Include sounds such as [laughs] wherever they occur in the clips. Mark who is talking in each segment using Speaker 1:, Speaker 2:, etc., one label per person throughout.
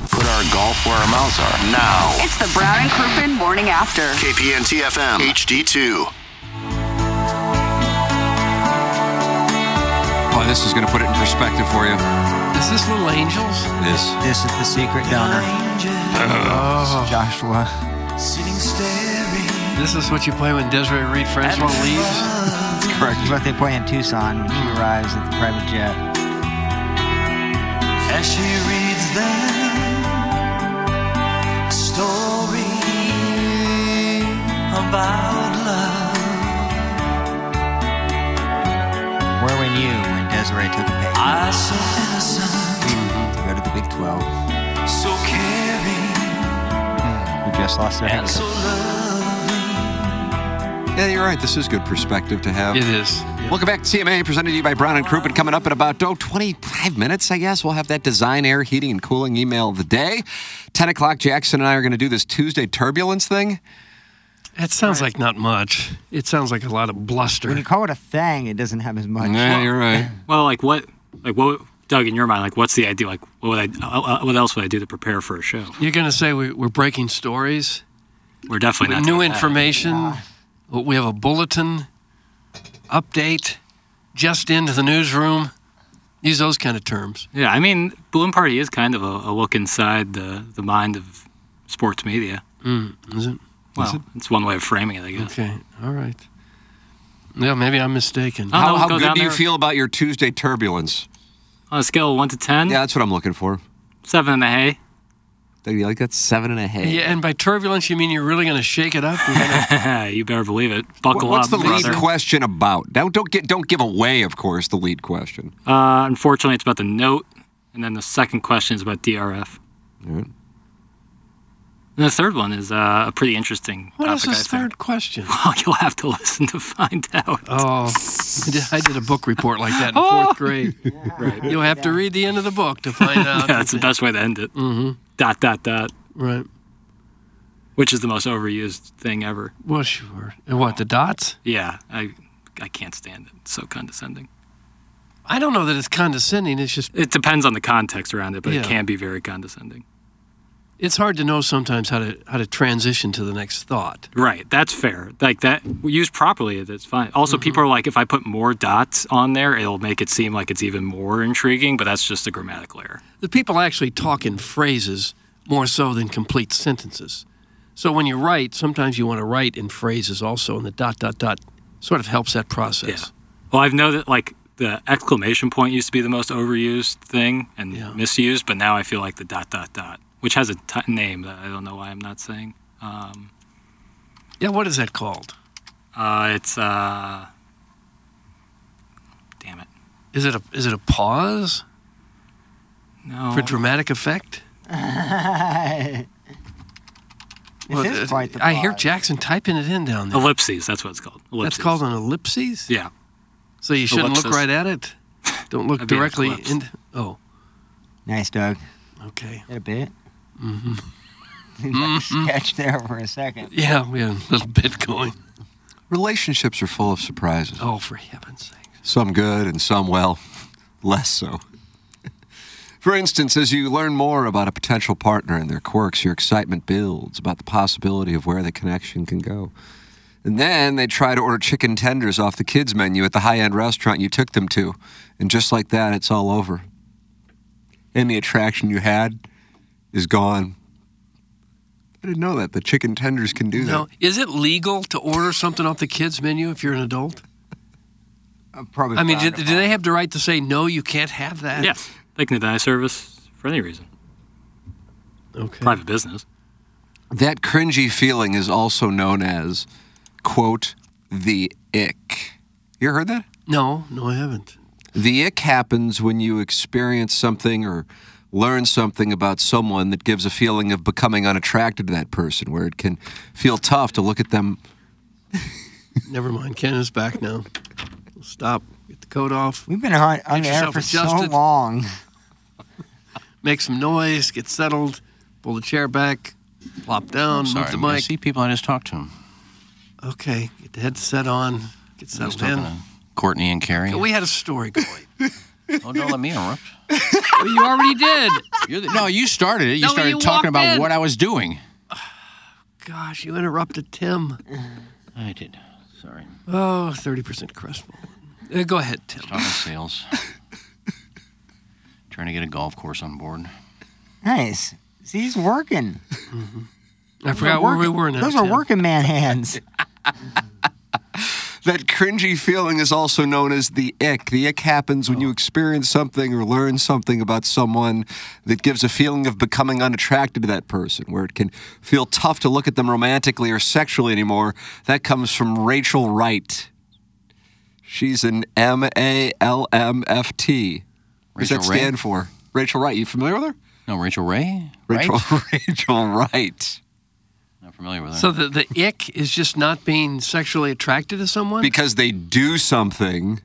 Speaker 1: put our golf where our mouths are now.
Speaker 2: It's the Brown and Crouppen Morning After.
Speaker 1: KPNT FM HD2.
Speaker 3: Oh, this is going to put it in perspective for you.
Speaker 4: Is this Little Angels?
Speaker 3: This.
Speaker 5: This is the secret donor. Oh. Joshua.
Speaker 4: This is what you play when Desiree Reed Francois leaves?
Speaker 3: Correct.
Speaker 5: This is what they play in Tucson when she arrives at the private jet.
Speaker 6: As she reads them, a story about love.
Speaker 5: Where were you when Desiree took a baby?
Speaker 6: I so innocent,
Speaker 5: To go to the Big 12.
Speaker 6: so caring,
Speaker 5: Hmm. We just lost our
Speaker 6: and
Speaker 5: head.
Speaker 6: so loving.
Speaker 3: Yeah, you're right. This is good perspective to have.
Speaker 4: It is.
Speaker 3: Welcome back to CMA, presented to you by Brown and Crouppen. Coming up in about oh, 25 minutes, I guess, we'll have that design, air, heating, and cooling email of the day. 10 o'clock, Jackson and I are going to do this Tuesday turbulence thing.
Speaker 4: That sounds like not much. It sounds like a lot of bluster.
Speaker 5: When you call it a thing, it doesn't have as much.
Speaker 3: Yeah, you're right.
Speaker 7: Well, like what, like what, Doug, in your mind, like what's the idea? Like what would I, uh, uh, what else would I do to prepare for a show?
Speaker 4: You're going to say we, we're breaking stories,
Speaker 7: We're definitely not
Speaker 4: new
Speaker 7: doing that.
Speaker 4: information.
Speaker 5: uh,
Speaker 4: We have a bulletin update just into the newsroom. Use those kind of terms.
Speaker 7: Yeah, I mean, Bloom Party is kind of a, a look inside the the mind of sports media.
Speaker 4: Mm, Is it?
Speaker 7: Well, it's one way of framing it, I guess.
Speaker 4: Okay. All right. Yeah, maybe I'm mistaken.
Speaker 7: Oh.
Speaker 3: How,
Speaker 7: no,
Speaker 3: how
Speaker 7: go
Speaker 3: good
Speaker 7: down
Speaker 3: do you
Speaker 7: there.
Speaker 3: feel about your Tuesday turbulence?
Speaker 7: On a scale of one to ten,
Speaker 3: Yeah, that's what I'm looking for.
Speaker 7: seven and a hay.
Speaker 3: Do you like that? Seven and a half.
Speaker 4: Yeah,
Speaker 5: [laughs]
Speaker 4: and by turbulence, you mean you're really going to shake it up? You're gonna-
Speaker 7: [laughs] you better believe it. Buckle
Speaker 3: What's
Speaker 7: up,
Speaker 3: the lead
Speaker 7: brother.
Speaker 3: question about? Don't don't get don't give away, of course, the lead question.
Speaker 7: Uh, unfortunately, it's about the note, and then the second question is about DRF. And the third one is uh, a pretty interesting
Speaker 4: What is
Speaker 7: topic.
Speaker 4: this
Speaker 7: I think.
Speaker 4: third question?
Speaker 7: [laughs] Well, you'll have to listen to find out. [laughs]
Speaker 4: Oh,
Speaker 7: Oh.
Speaker 4: I did, I did a book report like that in fourth grade. You'll have to read the end of the book to
Speaker 7: [laughs]
Speaker 4: find out.
Speaker 7: Yeah, that's the best way to end it. Mm-hmm. Dot dot dot,
Speaker 4: Right.
Speaker 7: which is the most overused thing ever.
Speaker 4: Well, sure. And what, the dots?
Speaker 7: Yeah, I I can't stand it. It's so condescending.
Speaker 4: I don't know that it's condescending. It's just,
Speaker 7: It depends on the context around it, but
Speaker 4: Yeah.
Speaker 7: it can be very condescending.
Speaker 4: it's hard to know sometimes how to how to transition to the next thought.
Speaker 7: Right, that's fair. Like that used properly, that's fine. Also,
Speaker 4: Mm-hmm.
Speaker 7: people are like, if I put more dots on there, it'll make it seem like it's even more intriguing, but that's just a grammatical error.
Speaker 4: The people actually talk in phrases more so than complete sentences. So when you write, sometimes you want to write in phrases also, and the dot, dot, dot sort of helps that process.
Speaker 7: Well, I've known that like the exclamation point used to be the most overused thing and
Speaker 4: Yeah.
Speaker 7: misused, but now I feel like the dot dot dot, which has a t- name that I don't know why I'm not saying. Um,
Speaker 4: Yeah, what is that called?
Speaker 7: uh, it's uh, damn it,
Speaker 4: Is it a is it a pause
Speaker 7: no.
Speaker 4: for dramatic effect? Well,
Speaker 5: this is
Speaker 4: th-
Speaker 5: quite the
Speaker 4: I hear
Speaker 5: pause.
Speaker 4: Jackson typing it in down there.
Speaker 7: Ellipses, that's what it's called. Ellipses.
Speaker 4: That's called an ellipses.
Speaker 7: Yeah.
Speaker 4: So you shouldn't look
Speaker 7: Ellipsis.
Speaker 4: right at it. Don't look
Speaker 7: That'd be an
Speaker 4: directly
Speaker 7: eclipse.
Speaker 4: in. Oh,
Speaker 5: Nice, Doug.
Speaker 4: okay.
Speaker 5: Get a bit. [laughs] Mm-hmm. sketch there for a second.
Speaker 4: Yeah, we had a little bit going.
Speaker 3: Relationships are full of surprises.
Speaker 4: Oh, for heaven's sake.
Speaker 3: some good and some, well, [laughs] less so. [laughs] For instance, as you learn more about a potential partner and their quirks, your excitement builds about the possibility of where the connection can go. And then they try to order chicken tenders off the kids' menu at the high end restaurant you took them to. And just like that, it's all over. And the attraction you had is gone. I didn't know that. The chicken tenders can do
Speaker 8: Now, is it legal to order something off the kids' menu if you're an adult?
Speaker 3: that. Probably.
Speaker 8: I mean, do, do they have the right to say no? You can't have that.
Speaker 7: Yes, they can deny service for any reason.
Speaker 8: Okay.
Speaker 7: Private business.
Speaker 3: That cringy feeling is also known as, quote, the ick. You ever heard that?
Speaker 8: No, no, I haven't.
Speaker 3: The ick happens when you experience something or learn something about someone that gives a feeling of becoming unattracted to that person, where it can feel tough to look at them.
Speaker 8: Never mind. Ken is back now. Stop. Get the coat off.
Speaker 5: We've been on, on
Speaker 8: Get
Speaker 5: air
Speaker 8: yourself
Speaker 5: for
Speaker 8: adjusted.
Speaker 5: so long.
Speaker 8: Make some noise. Get settled. Pull the chair back. Plop down.
Speaker 2: I'm sorry,
Speaker 8: move the
Speaker 2: I
Speaker 8: mic.
Speaker 2: see people. I just talked to them.
Speaker 8: Okay. Get the headset on. Get
Speaker 2: I was
Speaker 8: settled
Speaker 2: talking
Speaker 8: in.
Speaker 2: to Courtney and Carrie.
Speaker 8: We had a story going.
Speaker 2: [laughs] oh, don't let me interrupt.
Speaker 8: [laughs] well, you already did.
Speaker 2: You're the, no, you started it. You
Speaker 8: No,
Speaker 2: started
Speaker 8: you walked
Speaker 2: talking about
Speaker 8: in.
Speaker 2: what I was doing.
Speaker 8: Gosh, you interrupted Tim.
Speaker 2: I did. Sorry.
Speaker 8: Oh, 30% crestfall. Uh, go ahead, Tim.
Speaker 2: Talking sales. Trying to get a golf course on board.
Speaker 5: Nice. See, he's working.
Speaker 8: Mm-hmm. I
Speaker 5: Those are working- Those are working man hands.
Speaker 3: That cringy feeling is also known as the ick. The ick happens when
Speaker 2: Oh.
Speaker 3: you experience something or learn something about someone that gives a feeling of becoming unattracted to that person, where it can feel tough to look at them romantically or sexually anymore. That comes from Rachel Wright. She's an M A L M F T. What does that
Speaker 2: Rachel Ray?
Speaker 3: stand for? Rachel Wright. You familiar with her?
Speaker 2: No, Rachel Ray?
Speaker 3: Rachel
Speaker 2: Right?
Speaker 3: [laughs] Rachel Wright.
Speaker 2: Not familiar with her.
Speaker 8: So the, the ick is just not being sexually attracted to someone?
Speaker 3: Because they do something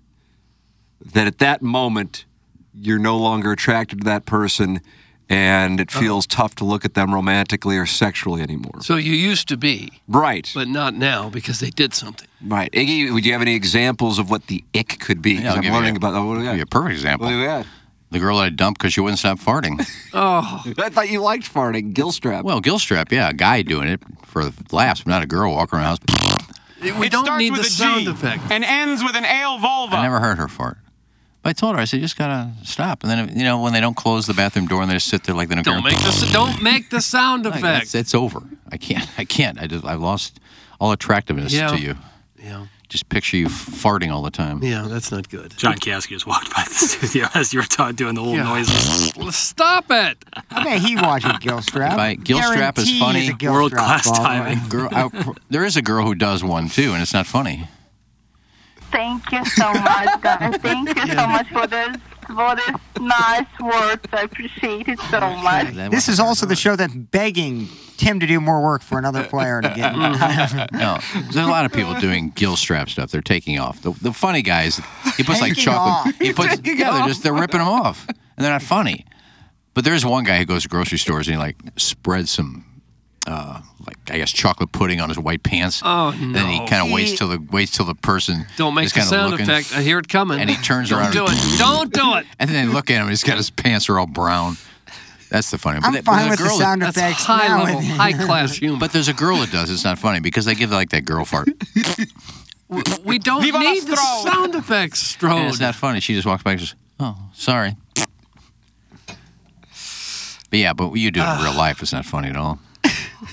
Speaker 3: that at that moment you're no longer attracted to that person and
Speaker 8: Uh-huh.
Speaker 3: it feels tough to look at them romantically or sexually
Speaker 8: [laughs]
Speaker 3: anymore.
Speaker 8: so you used to be,
Speaker 3: Right.
Speaker 8: but not now because they did something.
Speaker 3: Right. Iggy, would you have any examples of what the ick could be? 'Cause
Speaker 2: Yeah, I'll give
Speaker 3: I'm
Speaker 2: you
Speaker 3: learning
Speaker 2: a-
Speaker 3: about that. What do we
Speaker 2: That'd be a
Speaker 3: got?
Speaker 2: perfect example.
Speaker 3: What do we got?
Speaker 2: The girl that I dumped because she wouldn't
Speaker 8: [laughs]
Speaker 2: stop farting.
Speaker 8: Oh,
Speaker 3: I thought you liked farting. Gilstrap.
Speaker 2: Well, Gilstrap, yeah, a guy doing it for laughs, but not a girl walking around the house.
Speaker 8: we don't need the sound effect.
Speaker 9: and ends with an ale
Speaker 2: I
Speaker 9: vulva.
Speaker 2: never heard her fart. But I told her, I said, you just gotta stop. And then, you know, when they don't close the bathroom door and they just sit there like they don't,
Speaker 8: Don't
Speaker 2: care.
Speaker 8: make the s- don't make the
Speaker 2: [laughs]
Speaker 8: sound
Speaker 2: Like,
Speaker 8: effect.
Speaker 2: that's, that's over. I can't. I can't. I just. I've lost all attractiveness
Speaker 8: Yeah.
Speaker 2: to you.
Speaker 8: Yeah,
Speaker 2: Just picture you farting all the time.
Speaker 8: yeah, that's not good.
Speaker 7: John Kasky just walked by the studio [laughs] as you were ta- doing the little
Speaker 8: Yeah.
Speaker 7: noises.
Speaker 8: Stop it.
Speaker 5: I bet he watches Gilstrap.
Speaker 2: If I, Gilstrap is funny.
Speaker 7: World class timing.
Speaker 2: Girl, I, there is a girl who does one too, and it's not funny.
Speaker 10: Thank you so much,
Speaker 2: [laughs]
Speaker 10: guys. Thank you so much for this for this nice words. I appreciate it so much.
Speaker 5: This is also the show that's begging Tim to do more work for another
Speaker 2: [laughs]
Speaker 5: player to get.
Speaker 2: No, there's a lot of people doing Gilstrap stuff. They're taking off. The, the funny guys, he puts like
Speaker 5: Taking
Speaker 2: chocolate.
Speaker 5: off.
Speaker 8: [laughs]
Speaker 2: He puts.
Speaker 3: Taking
Speaker 2: Yeah,
Speaker 3: off.
Speaker 2: they're just they're ripping them off, and they're not funny. But there's one guy who goes to grocery stores and he like spreads some, uh, like I guess chocolate pudding on his white pants.
Speaker 8: Oh,
Speaker 2: And then he
Speaker 8: no.
Speaker 2: kind
Speaker 8: He-
Speaker 2: of waits till the waits till the person
Speaker 8: Don't make
Speaker 2: is
Speaker 8: the
Speaker 2: kinda
Speaker 8: sound
Speaker 2: looking,
Speaker 8: effect. I hear it coming. [laughs]
Speaker 2: and he turns
Speaker 8: don't
Speaker 2: around.
Speaker 8: Do
Speaker 2: and,
Speaker 8: it. Don't do it.
Speaker 2: [laughs] And then they look at him and he's got his pants are all brown. That's the funny.
Speaker 5: I'm
Speaker 2: that-
Speaker 5: fine
Speaker 2: there's a
Speaker 5: with the
Speaker 2: girl that-
Speaker 5: sound
Speaker 8: That's
Speaker 5: effects.
Speaker 8: high
Speaker 5: now
Speaker 8: level,
Speaker 5: with-
Speaker 8: high
Speaker 5: [laughs]
Speaker 8: class humor.
Speaker 2: [laughs] But there's a girl that does. It's not funny because they give like that
Speaker 8: [laughs]
Speaker 2: girl fart.
Speaker 8: We- We don't
Speaker 9: Viva la
Speaker 8: need the
Speaker 9: Strode.
Speaker 8: sound effects,
Speaker 2: And
Speaker 8: Strode.
Speaker 2: it's not funny. She just walks back and says, "Oh, sorry." But yeah, but what you do it in
Speaker 8: Ah,
Speaker 2: real life is not funny at all.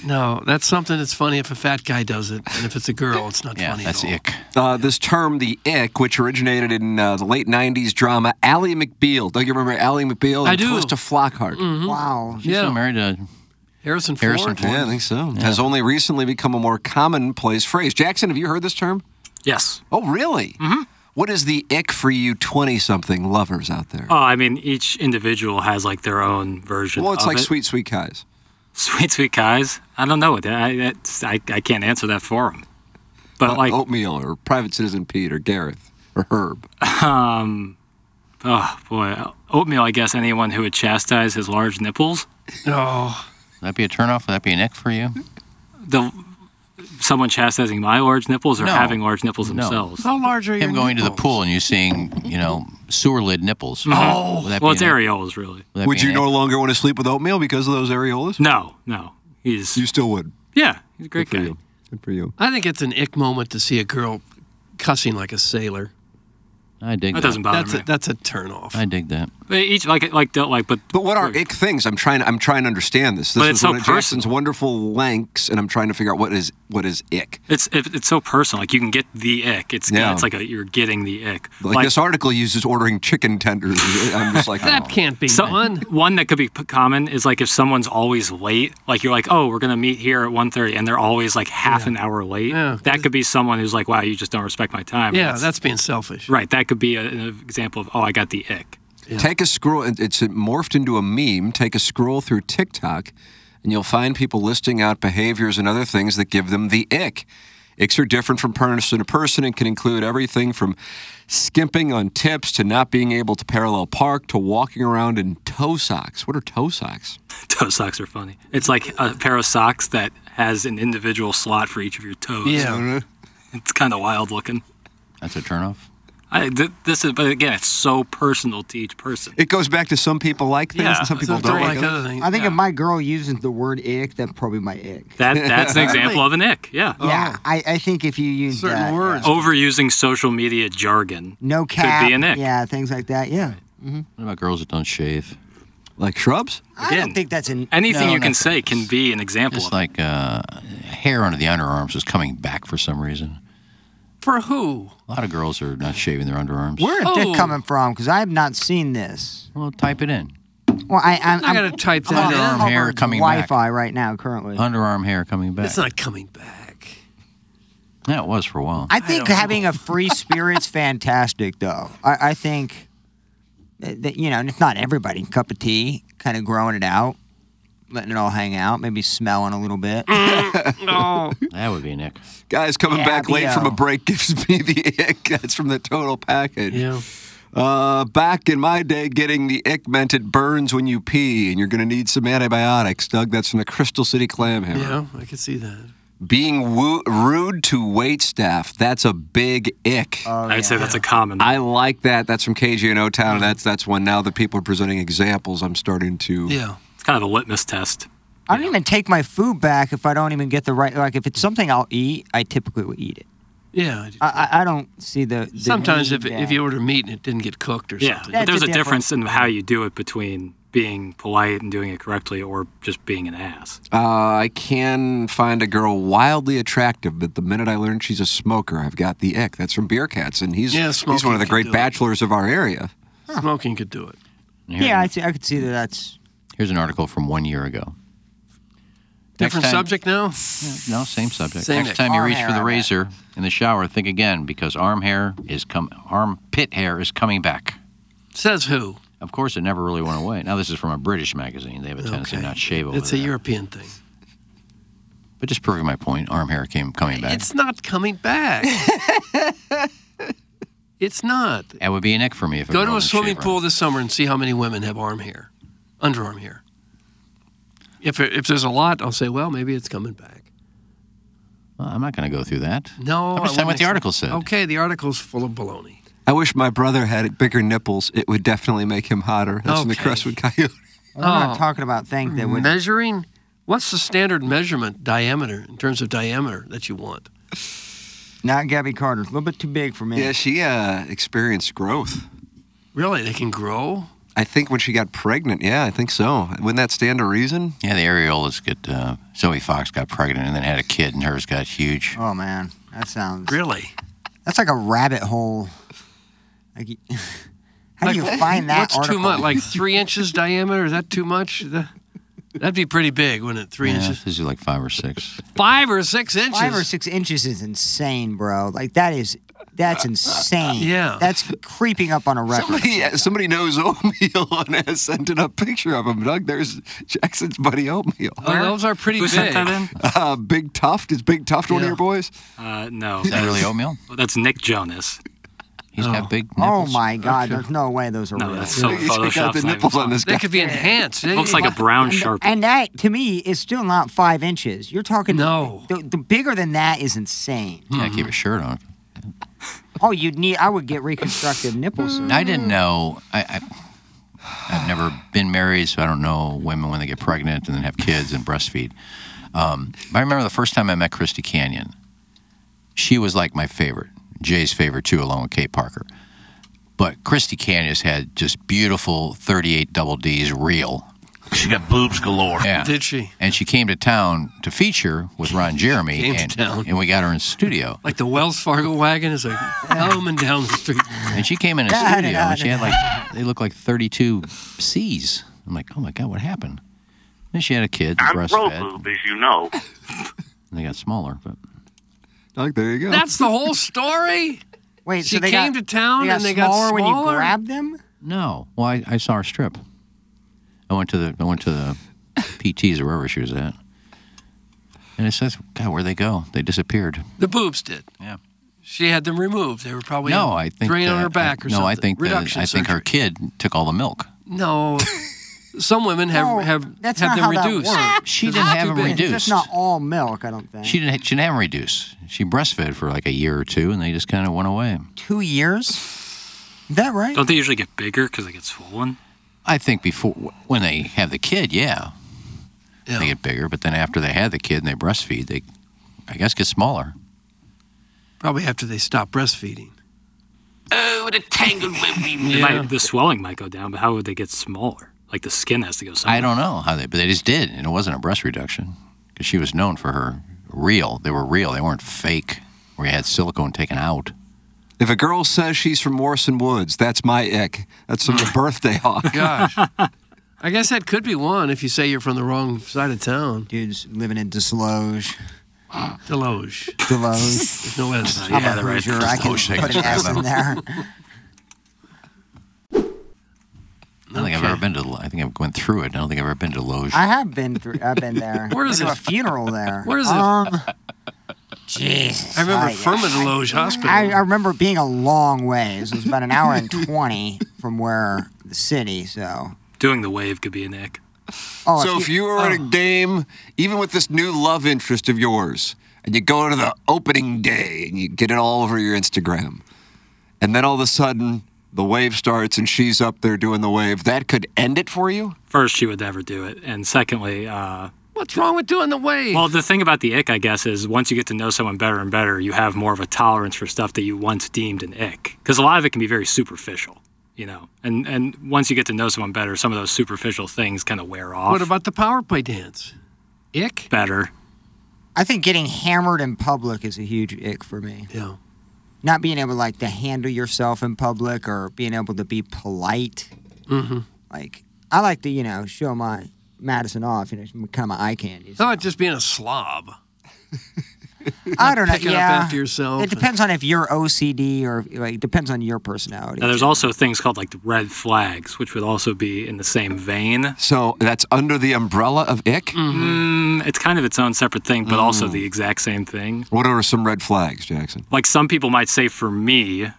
Speaker 8: No, that's something that's funny if a fat guy does it, and if it's a girl, it's not
Speaker 2: Yeah,
Speaker 8: funny.
Speaker 2: that's
Speaker 8: at all.
Speaker 2: ick.
Speaker 3: Uh, this term, the ick, which originated in uh, the late 90s drama Ally McBeal. Don't you remember Ally McBeal?
Speaker 8: I
Speaker 3: and
Speaker 8: do.
Speaker 3: Calista Flockhart.
Speaker 5: Wow.
Speaker 2: She's
Speaker 8: Yeah.
Speaker 2: still married to
Speaker 8: Harrison Ford.
Speaker 2: uh, Harrison Ford.
Speaker 3: Yeah, I think so. Has only recently become a more commonplace phrase. Jackson, have you heard this term?
Speaker 7: Yes.
Speaker 3: Oh, really? Mm-hmm. is the ick for you 20 something lovers out there?
Speaker 7: Oh, I mean, each individual has like their own version.
Speaker 3: well, it's
Speaker 7: of
Speaker 3: like
Speaker 7: it.
Speaker 3: sweet, sweet guys.
Speaker 7: [laughs] sweet, sweet guys. I don't know. I, that's- I, I can't answer that for them. But
Speaker 3: Uh,
Speaker 7: like,
Speaker 3: Oatmeal or Private Citizen Pete or Gareth or Herb.
Speaker 7: um, oh boy, oatmeal. I guess anyone who would chastise his large nipples,
Speaker 8: No.
Speaker 3: Oh.
Speaker 2: Would that be a turnoff? Would that be an ick for you?
Speaker 7: the someone chastising my large nipples or
Speaker 2: No.
Speaker 7: having large nipples
Speaker 2: No.
Speaker 7: themselves.
Speaker 8: How large are your
Speaker 2: Him going to the
Speaker 8: nipples?
Speaker 2: pool and you seeing, you know, sewer lid nipples.
Speaker 7: Oh,
Speaker 2: Would that
Speaker 7: well,
Speaker 2: be
Speaker 7: it's
Speaker 2: an ick?
Speaker 7: areolas, really.
Speaker 2: Would that
Speaker 3: Would
Speaker 2: be an
Speaker 3: you
Speaker 2: ick?
Speaker 3: no longer want to sleep with oatmeal because of those areolas?
Speaker 7: No, no, he's
Speaker 3: You still would.
Speaker 7: yeah, he's a great
Speaker 3: Good for
Speaker 7: guy.
Speaker 3: you. Good for you.
Speaker 8: I think it's an ick moment to see a girl cussing like a sailor.
Speaker 2: I dig
Speaker 7: That
Speaker 2: that.
Speaker 7: doesn't bother
Speaker 8: that's
Speaker 7: me.
Speaker 8: a that's a turnoff.
Speaker 2: I dig that.
Speaker 7: Each like like don't like but
Speaker 3: But what are ick things? I'm trying. I'm trying to understand this. This
Speaker 7: But
Speaker 3: is
Speaker 7: it's so
Speaker 3: one of Jason's wonderful lengths, and I'm trying to figure out what is what is ick.
Speaker 7: it's it, it's so personal. Like you can get the ick. It's
Speaker 3: Yeah.
Speaker 7: it's like a, you're getting the ick.
Speaker 3: Like, this article uses ordering chicken tenders. [laughs] I'm just
Speaker 7: [laughs]
Speaker 3: like oh.
Speaker 7: can't be one. One that could be p- common is like if someone's always late. Like you're like, oh, we're gonna meet here at 1.30 and they're always like half an hour late. That could be someone who's like, wow, you just don't respect my time.
Speaker 8: Yeah, that's being selfish.
Speaker 7: right. That could be a, an example of oh, I got the ick. [laughs]
Speaker 3: Take a scroll. it- It's morphed into a meme. Take a scroll through TikTok, and you'll find people listing out behaviors and other things that give them the ick. Icks are different from person to person and can include everything from skimping on tips to not being able to parallel park to walking around in toe socks. What are toe socks?
Speaker 7: Toe socks are funny. It's like a pair of socks that has an individual slot for each of your toes.
Speaker 2: Yeah.
Speaker 7: [laughs] It's kind of wild looking.
Speaker 2: That's a turnoff.
Speaker 7: I, th- this is, but again, it's so personal to each person.
Speaker 3: It goes back to some people like things and some people don't like, them.
Speaker 5: I think if my girl uses the word ick, that's probably my ick.
Speaker 8: [laughs]
Speaker 7: That that's an example of an ick. Yeah.
Speaker 8: Oh.
Speaker 5: Yeah, I, I think if you use that, yeah.
Speaker 7: Overusing social media jargon.
Speaker 5: no cap,
Speaker 7: Could be an ick.
Speaker 5: yeah, things like that. Yeah, hmm
Speaker 2: What about girls that don't shave?
Speaker 3: Like shrubs?
Speaker 5: I don't think that's an
Speaker 7: Anything
Speaker 2: No,
Speaker 7: you can
Speaker 2: that's-
Speaker 7: say can be an example.
Speaker 2: It's like uh, hair under the underarms is coming back for some reason.
Speaker 8: For who?
Speaker 2: A lot of girls are not shaving their underarms.
Speaker 5: Where is this coming from? Because I have not seen this.
Speaker 2: Well, type it in.
Speaker 5: Well, I I'm,
Speaker 8: I
Speaker 5: I'm-
Speaker 8: gotta type
Speaker 5: I'm
Speaker 8: that
Speaker 5: on
Speaker 8: in.
Speaker 5: Hubbard's
Speaker 2: Underarm hair coming back.
Speaker 5: Wi-Fi right now, currently.
Speaker 2: Underarm hair coming back.
Speaker 8: It's not coming back.
Speaker 2: Yeah, it was for a while.
Speaker 5: I think having a free spirit's fantastic, though. I, I think that, that, you know, and it's not everybody. Cup of tea, kind of growing it out, letting it all hang out, maybe smelling a little bit.
Speaker 8: no.
Speaker 2: That would be an ick.
Speaker 3: Guys coming back late
Speaker 5: Gabby-o.
Speaker 3: from a break gives [laughs] me the ick. That's from the total package. Yeah. Uh, back in my day, getting the ick meant it burns when you pee, and you're going to need some antibiotics. Doug, that's from the Crystal City Clam Hammer.
Speaker 8: Yeah, I could see that.
Speaker 3: Being woo- rude to wait staff, that's a big ick.
Speaker 8: Uh.
Speaker 7: I'd say that's a common.
Speaker 3: I like that. That's from KGNO Town. That's that's one. Now that people are presenting examples, I'm starting to.
Speaker 8: Yeah.
Speaker 7: It's kind of a litmus test.
Speaker 5: I don't even take my food back if I don't even get the right. Like if it's something I'll eat, I typically will eat it.
Speaker 8: Yeah.
Speaker 5: I, I, I don't see the. the
Speaker 8: Sometimes
Speaker 5: need
Speaker 8: if,
Speaker 5: that.
Speaker 8: if you order meat and it didn't get cooked or
Speaker 7: Yeah.
Speaker 8: something.
Speaker 7: But there's a difference. in how you do it between being polite and doing it correctly or just being an ass.
Speaker 3: Uh, I can find a girl wildly attractive, but the minute I learn she's a smoker, I've got the ick. That's from Beer Cats, and he's
Speaker 8: Yeah,
Speaker 3: he's one
Speaker 8: smoking
Speaker 3: of the
Speaker 8: can
Speaker 3: great
Speaker 8: do it.
Speaker 3: bachelors of our area.
Speaker 8: Smoking could do it.
Speaker 5: yeah, I, see, I could see that. That's
Speaker 2: Here's an article from one year ago.
Speaker 8: Different
Speaker 2: time-
Speaker 8: subject now?
Speaker 2: No, same subject.
Speaker 8: Same
Speaker 2: Next
Speaker 8: ick.
Speaker 2: time you
Speaker 8: Arm
Speaker 2: reach
Speaker 8: hair,
Speaker 2: for the
Speaker 8: I bet.
Speaker 2: razor in the shower, think again because arm hair is com- armpit hair is coming back.
Speaker 8: Says who?
Speaker 2: Of course, it never really went away. Now this is from a British magazine. They have a tendency to not shave over
Speaker 8: It's a
Speaker 2: there.
Speaker 8: European thing.
Speaker 2: But just proving my point, arm hair came coming back.
Speaker 8: It's not coming back. it's not.
Speaker 2: that would be an ick for me if it
Speaker 8: Go to
Speaker 2: wasn't
Speaker 8: a swimming
Speaker 2: shaved.
Speaker 8: pool this summer and see how many women have arm hair, underarm hair. If, if there's a lot, I'll say, well, maybe it's coming back.
Speaker 2: Well, I'm not going to go through that.
Speaker 8: No, I
Speaker 2: I'm just
Speaker 8: wouldn't
Speaker 2: saying what the
Speaker 8: expect-
Speaker 2: article said.
Speaker 8: Okay, the article's full of baloney.
Speaker 3: I wish my brother had bigger nipples. It would definitely make him hotter. That's from the
Speaker 8: Okay.
Speaker 3: Crestwood Coyote.
Speaker 5: we're not
Speaker 8: Oh.
Speaker 5: talking about things that would.
Speaker 8: Measuring? What's the standard measurement diameter in terms of diameter that you want? Mm-hmm.
Speaker 5: Not Gabby Carter. A little bit too big for me.
Speaker 3: Yeah, she uh, experienced growth.
Speaker 8: Really, they can grow.
Speaker 3: I think when she got pregnant. Yeah, I think so. Wouldn't that stand to reason?
Speaker 2: Yeah, the areolas get. Uh, Zoe Fox got pregnant and then had a kid, and hers got huge.
Speaker 5: Oh man, that sounds.
Speaker 8: Really?
Speaker 5: That's like a rabbit hole. Like, y- [laughs] how do you find that
Speaker 8: What's
Speaker 5: article?
Speaker 8: too much? Like three inches diameter? Is that too much? The- That'd be pretty big, wouldn't it? Three
Speaker 2: yeah,
Speaker 8: inches,
Speaker 2: These are like five or six.
Speaker 8: five or six inches.
Speaker 5: Five or six inches is insane, bro. Like that is, that's insane.
Speaker 8: Yeah.
Speaker 5: that's creeping up on a record.
Speaker 3: Somebody, [laughs] somebody knows oatmeal [laughs] and has sent in a picture of him. Doug, there's Jackson's buddy oatmeal.
Speaker 8: Oh, those are pretty
Speaker 7: Who
Speaker 8: big.
Speaker 7: sent that in?
Speaker 3: Uh, Big Tuft is Big Tuft one of
Speaker 7: Yeah.
Speaker 3: your boys?
Speaker 7: Uh, no.
Speaker 2: Is that really oatmeal?
Speaker 7: Well, that's Nick Jonas.
Speaker 2: He's got big
Speaker 5: Oh
Speaker 2: nipples.
Speaker 5: my God! There's no way those are
Speaker 7: No,
Speaker 5: real.
Speaker 7: that's so
Speaker 3: He's got
Speaker 7: Photoshop.
Speaker 3: the nipples on this
Speaker 8: They
Speaker 3: guy.
Speaker 8: could be enhanced. They-
Speaker 7: Looks like a brown
Speaker 5: And th-
Speaker 7: sharpie.
Speaker 5: And that to me is still not five inches. You're talking
Speaker 8: No. Mm.
Speaker 5: The, the bigger than that is insane.
Speaker 2: Yeah, keep a shirt on.
Speaker 5: Oh, you'd need. I would get reconstructive nipples.
Speaker 2: I didn't know. I, I I've never been married, so I don't know women when they get pregnant and then have kids and breastfeed. Um, but I remember the first time I met Christy Canyon. She was like my favorite, Jay's favorite too, along with Kate Parker. But Christy Canyas had just beautiful 38 double D's real.
Speaker 9: She got boobs galore.
Speaker 2: Yeah.
Speaker 8: Did she?
Speaker 2: And she came to town to feature with Ron Jeremy.
Speaker 8: Came to
Speaker 2: and,
Speaker 8: town.
Speaker 2: and we got her in studio.
Speaker 8: Like the Wells Fargo wagon is like humming down the street.
Speaker 2: And she came in the
Speaker 8: Da-da-da-da-da.
Speaker 2: studio
Speaker 5: uh,
Speaker 2: and she had like, they looked like 32 C's. I'm like, oh my God, what happened? And she had a kid,
Speaker 9: I'm pro
Speaker 2: breastfed,
Speaker 9: boob, as you know.
Speaker 2: and they got smaller. But Doc, Oh, there you go.
Speaker 8: That's the whole story.
Speaker 5: Wait,
Speaker 8: she
Speaker 5: so they
Speaker 8: came
Speaker 5: got-
Speaker 8: to town
Speaker 5: they got
Speaker 8: and they got
Speaker 5: smaller
Speaker 8: smaller
Speaker 5: when you grabbed them.
Speaker 2: No. Well, I, I saw her strip. I went to the I went to the PTs or wherever she was at, and it says, "God, where would they go? They disappeared."
Speaker 8: The boobs did.
Speaker 2: Yeah.
Speaker 8: She had them removed. They were probably
Speaker 2: no, I think
Speaker 8: drain
Speaker 2: that-
Speaker 8: on her back
Speaker 2: I,
Speaker 8: or
Speaker 2: no,
Speaker 8: something.
Speaker 2: I think that,
Speaker 8: reduction.
Speaker 2: I think her kid took all the milk. [laughs]
Speaker 8: No, some women have
Speaker 5: No,
Speaker 8: have
Speaker 5: that's
Speaker 8: have
Speaker 5: not
Speaker 8: them
Speaker 5: how that
Speaker 8: reduced.
Speaker 5: works.
Speaker 2: She didn't have them
Speaker 5: That's
Speaker 2: reduced.
Speaker 5: not all milk, I don't think.
Speaker 2: She didn't. She didn't have them reduced. She breastfed for like a year or two, and they just kind of went away.
Speaker 5: Two years? Is that right?
Speaker 7: Don't they usually get bigger because they get swollen?
Speaker 2: I think before when they have the kid, yeah, they get bigger. But then after they had the kid and they breastfeed, they, I guess, get smaller.
Speaker 8: Probably after they stop breastfeeding.
Speaker 7: Oh, the tangled
Speaker 8: Yeah.
Speaker 7: The swelling might go down, but how would they get smaller? Like the skin has to go somewhere.
Speaker 2: I don't know how they, but they just did, and it wasn't a breast reduction because she was known for her real. They were real. They weren't fake, where you had silicone taken out.
Speaker 3: If a girl says Uh, she's from Morrison Woods, that's my ick. That's from the
Speaker 2: [laughs]
Speaker 3: birthday off.
Speaker 8: Gosh. I guess that could be one if you say you're from the wrong side of town.
Speaker 5: Dude's living in Desloge.
Speaker 8: Deloge.
Speaker 5: Deloge.
Speaker 8: There's no S.
Speaker 5: I'm a Hoosier. I can put an S in there.
Speaker 2: I don't think I've ever been to. I think I've went through it. and I don't think I've ever been to Loge.
Speaker 5: I have been through. I've been there.
Speaker 8: Where is
Speaker 5: Been to
Speaker 8: it?
Speaker 5: A funeral there.
Speaker 8: Where is it?
Speaker 5: Um, [laughs] Jesus.
Speaker 8: I remember
Speaker 5: I-
Speaker 8: Firma Deloge Hospital.
Speaker 5: I, I remember being a long ways. It was about an hour and twenty from where the city. So.
Speaker 7: Doing the wave could be an ick.
Speaker 5: Oh,
Speaker 3: so if you were at a game, even with this new love interest of yours, and you go to the opening day and you get it all over your Instagram, and then all of a sudden the wave starts and she's up there doing the wave, that could end it for you.
Speaker 7: First, she would never do it, and secondly, uh,
Speaker 8: What's wrong with doing the wave?
Speaker 7: well, the thing about the ick, I guess, is once you get to know someone better and better, you have more of a tolerance for stuff that you once deemed an ick. Because a lot of it can be very superficial, you know. And and once you get to know someone better, some of those superficial things kind of wear off.
Speaker 8: What about the power play dance? Ick?
Speaker 7: better?
Speaker 5: I think getting hammered in public is a huge ick for me.
Speaker 8: Yeah.
Speaker 5: Not being able like to handle yourself in public or being able to be polite.
Speaker 8: Mm-hmm.
Speaker 5: Like I like to, you know, show my Madison off, you know, kind of my eye candy.
Speaker 8: How about just being a slob?
Speaker 5: I don't know.
Speaker 8: picking up
Speaker 5: yeah.
Speaker 8: after yourself.
Speaker 5: It depends on if you're OCD or like it depends on your personality.
Speaker 7: Now,
Speaker 8: Uh,
Speaker 7: there's also things called like the red flags, which would also be in the same vein.
Speaker 3: So that's under the umbrella of ick.
Speaker 7: Mm, it's kind of its own separate thing,
Speaker 8: Mm.
Speaker 7: but also the exact same thing.
Speaker 3: What are some red flags, Jackson?
Speaker 7: Like some people might say for me,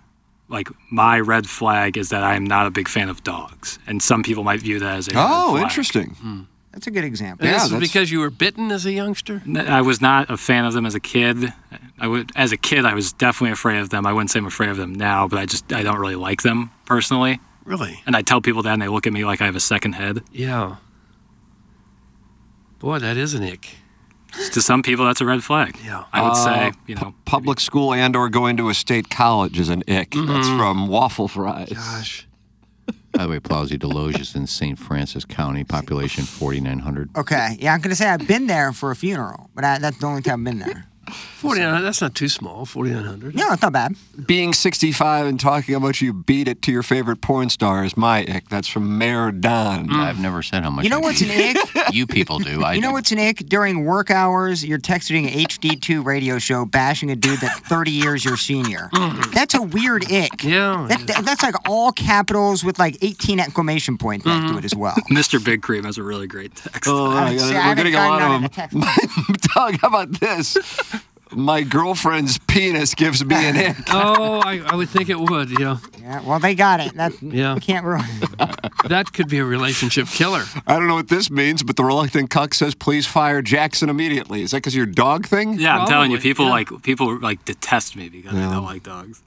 Speaker 7: like my red flag is that I am not a big fan of dogs, and some people might view that as a red Mm.
Speaker 3: Oh,
Speaker 7: flag.
Speaker 3: interesting.
Speaker 5: That's a good example.
Speaker 8: And this is because you were bitten as a youngster?
Speaker 7: N- I was not a fan of them as a kid. I would, as a kid, I was definitely afraid of them. I wouldn't say I'm afraid of them now, but I just I don't really like them personally.
Speaker 8: Really?
Speaker 7: And I tell people that, and they look at me like I have a second head.
Speaker 8: Yeah. Boy, that is an ick.
Speaker 7: to some people, that's a red flag.
Speaker 8: Yeah.
Speaker 7: I would
Speaker 3: Uh,
Speaker 7: say, you know,
Speaker 3: Public school and/or going to a state college is an ick. That's from waffle fries.
Speaker 8: Gosh.
Speaker 2: By the way, Plausy Deloge is in St. Francis County, population 4,900.
Speaker 5: Okay. Yeah, I'm gonna say I've been there for a funeral, but I, that's the only time I've been there.
Speaker 8: 49, that's not too small, 4,900.
Speaker 5: No, it's not bad.
Speaker 3: Being 65 and talking how much you beat it to your favorite porn star is my ick. That's from Mayor Don.
Speaker 7: Mm.
Speaker 2: I've never said how much.
Speaker 5: You know
Speaker 2: I
Speaker 5: what's an
Speaker 2: beat
Speaker 5: ick?
Speaker 2: it. [laughs] You people do. I
Speaker 5: you know
Speaker 2: do.
Speaker 5: what's an ick? During work hours, you're texting an HD2 radio show bashing a dude that's 30 years your senior. That's a weird ick.
Speaker 8: Mm. Yeah.
Speaker 5: That, that- that's like all capitals with like 18 exclamation points next
Speaker 8: Mm-hmm.
Speaker 5: to it
Speaker 2: [laughs]
Speaker 5: as well.
Speaker 7: Mr. Big Cream has a really great text.
Speaker 3: Oh, I gotta,
Speaker 5: See, I
Speaker 3: we're
Speaker 5: haven't
Speaker 3: getting a
Speaker 5: gotten
Speaker 3: lot of
Speaker 5: none in the
Speaker 3: them. [laughs]
Speaker 5: text.
Speaker 3: Doug, how about this? My girlfriend's penis gives me an ick.
Speaker 8: [laughs]
Speaker 7: [laughs]
Speaker 8: Oh, I, I would think it would, yeah.
Speaker 5: Yeah, well, they got it. That
Speaker 8: Yeah.
Speaker 5: we can't ruin. it.
Speaker 8: That could be a relationship killer.
Speaker 3: I don't know what this means, but the reluctant cuck says, please fire Jackson immediately. Is that because your dog thing?
Speaker 7: Yeah, I'm telling you,
Speaker 8: Probably,
Speaker 7: people
Speaker 8: yeah.
Speaker 7: like people like detest me because
Speaker 3: Yeah.
Speaker 7: I don't like dogs.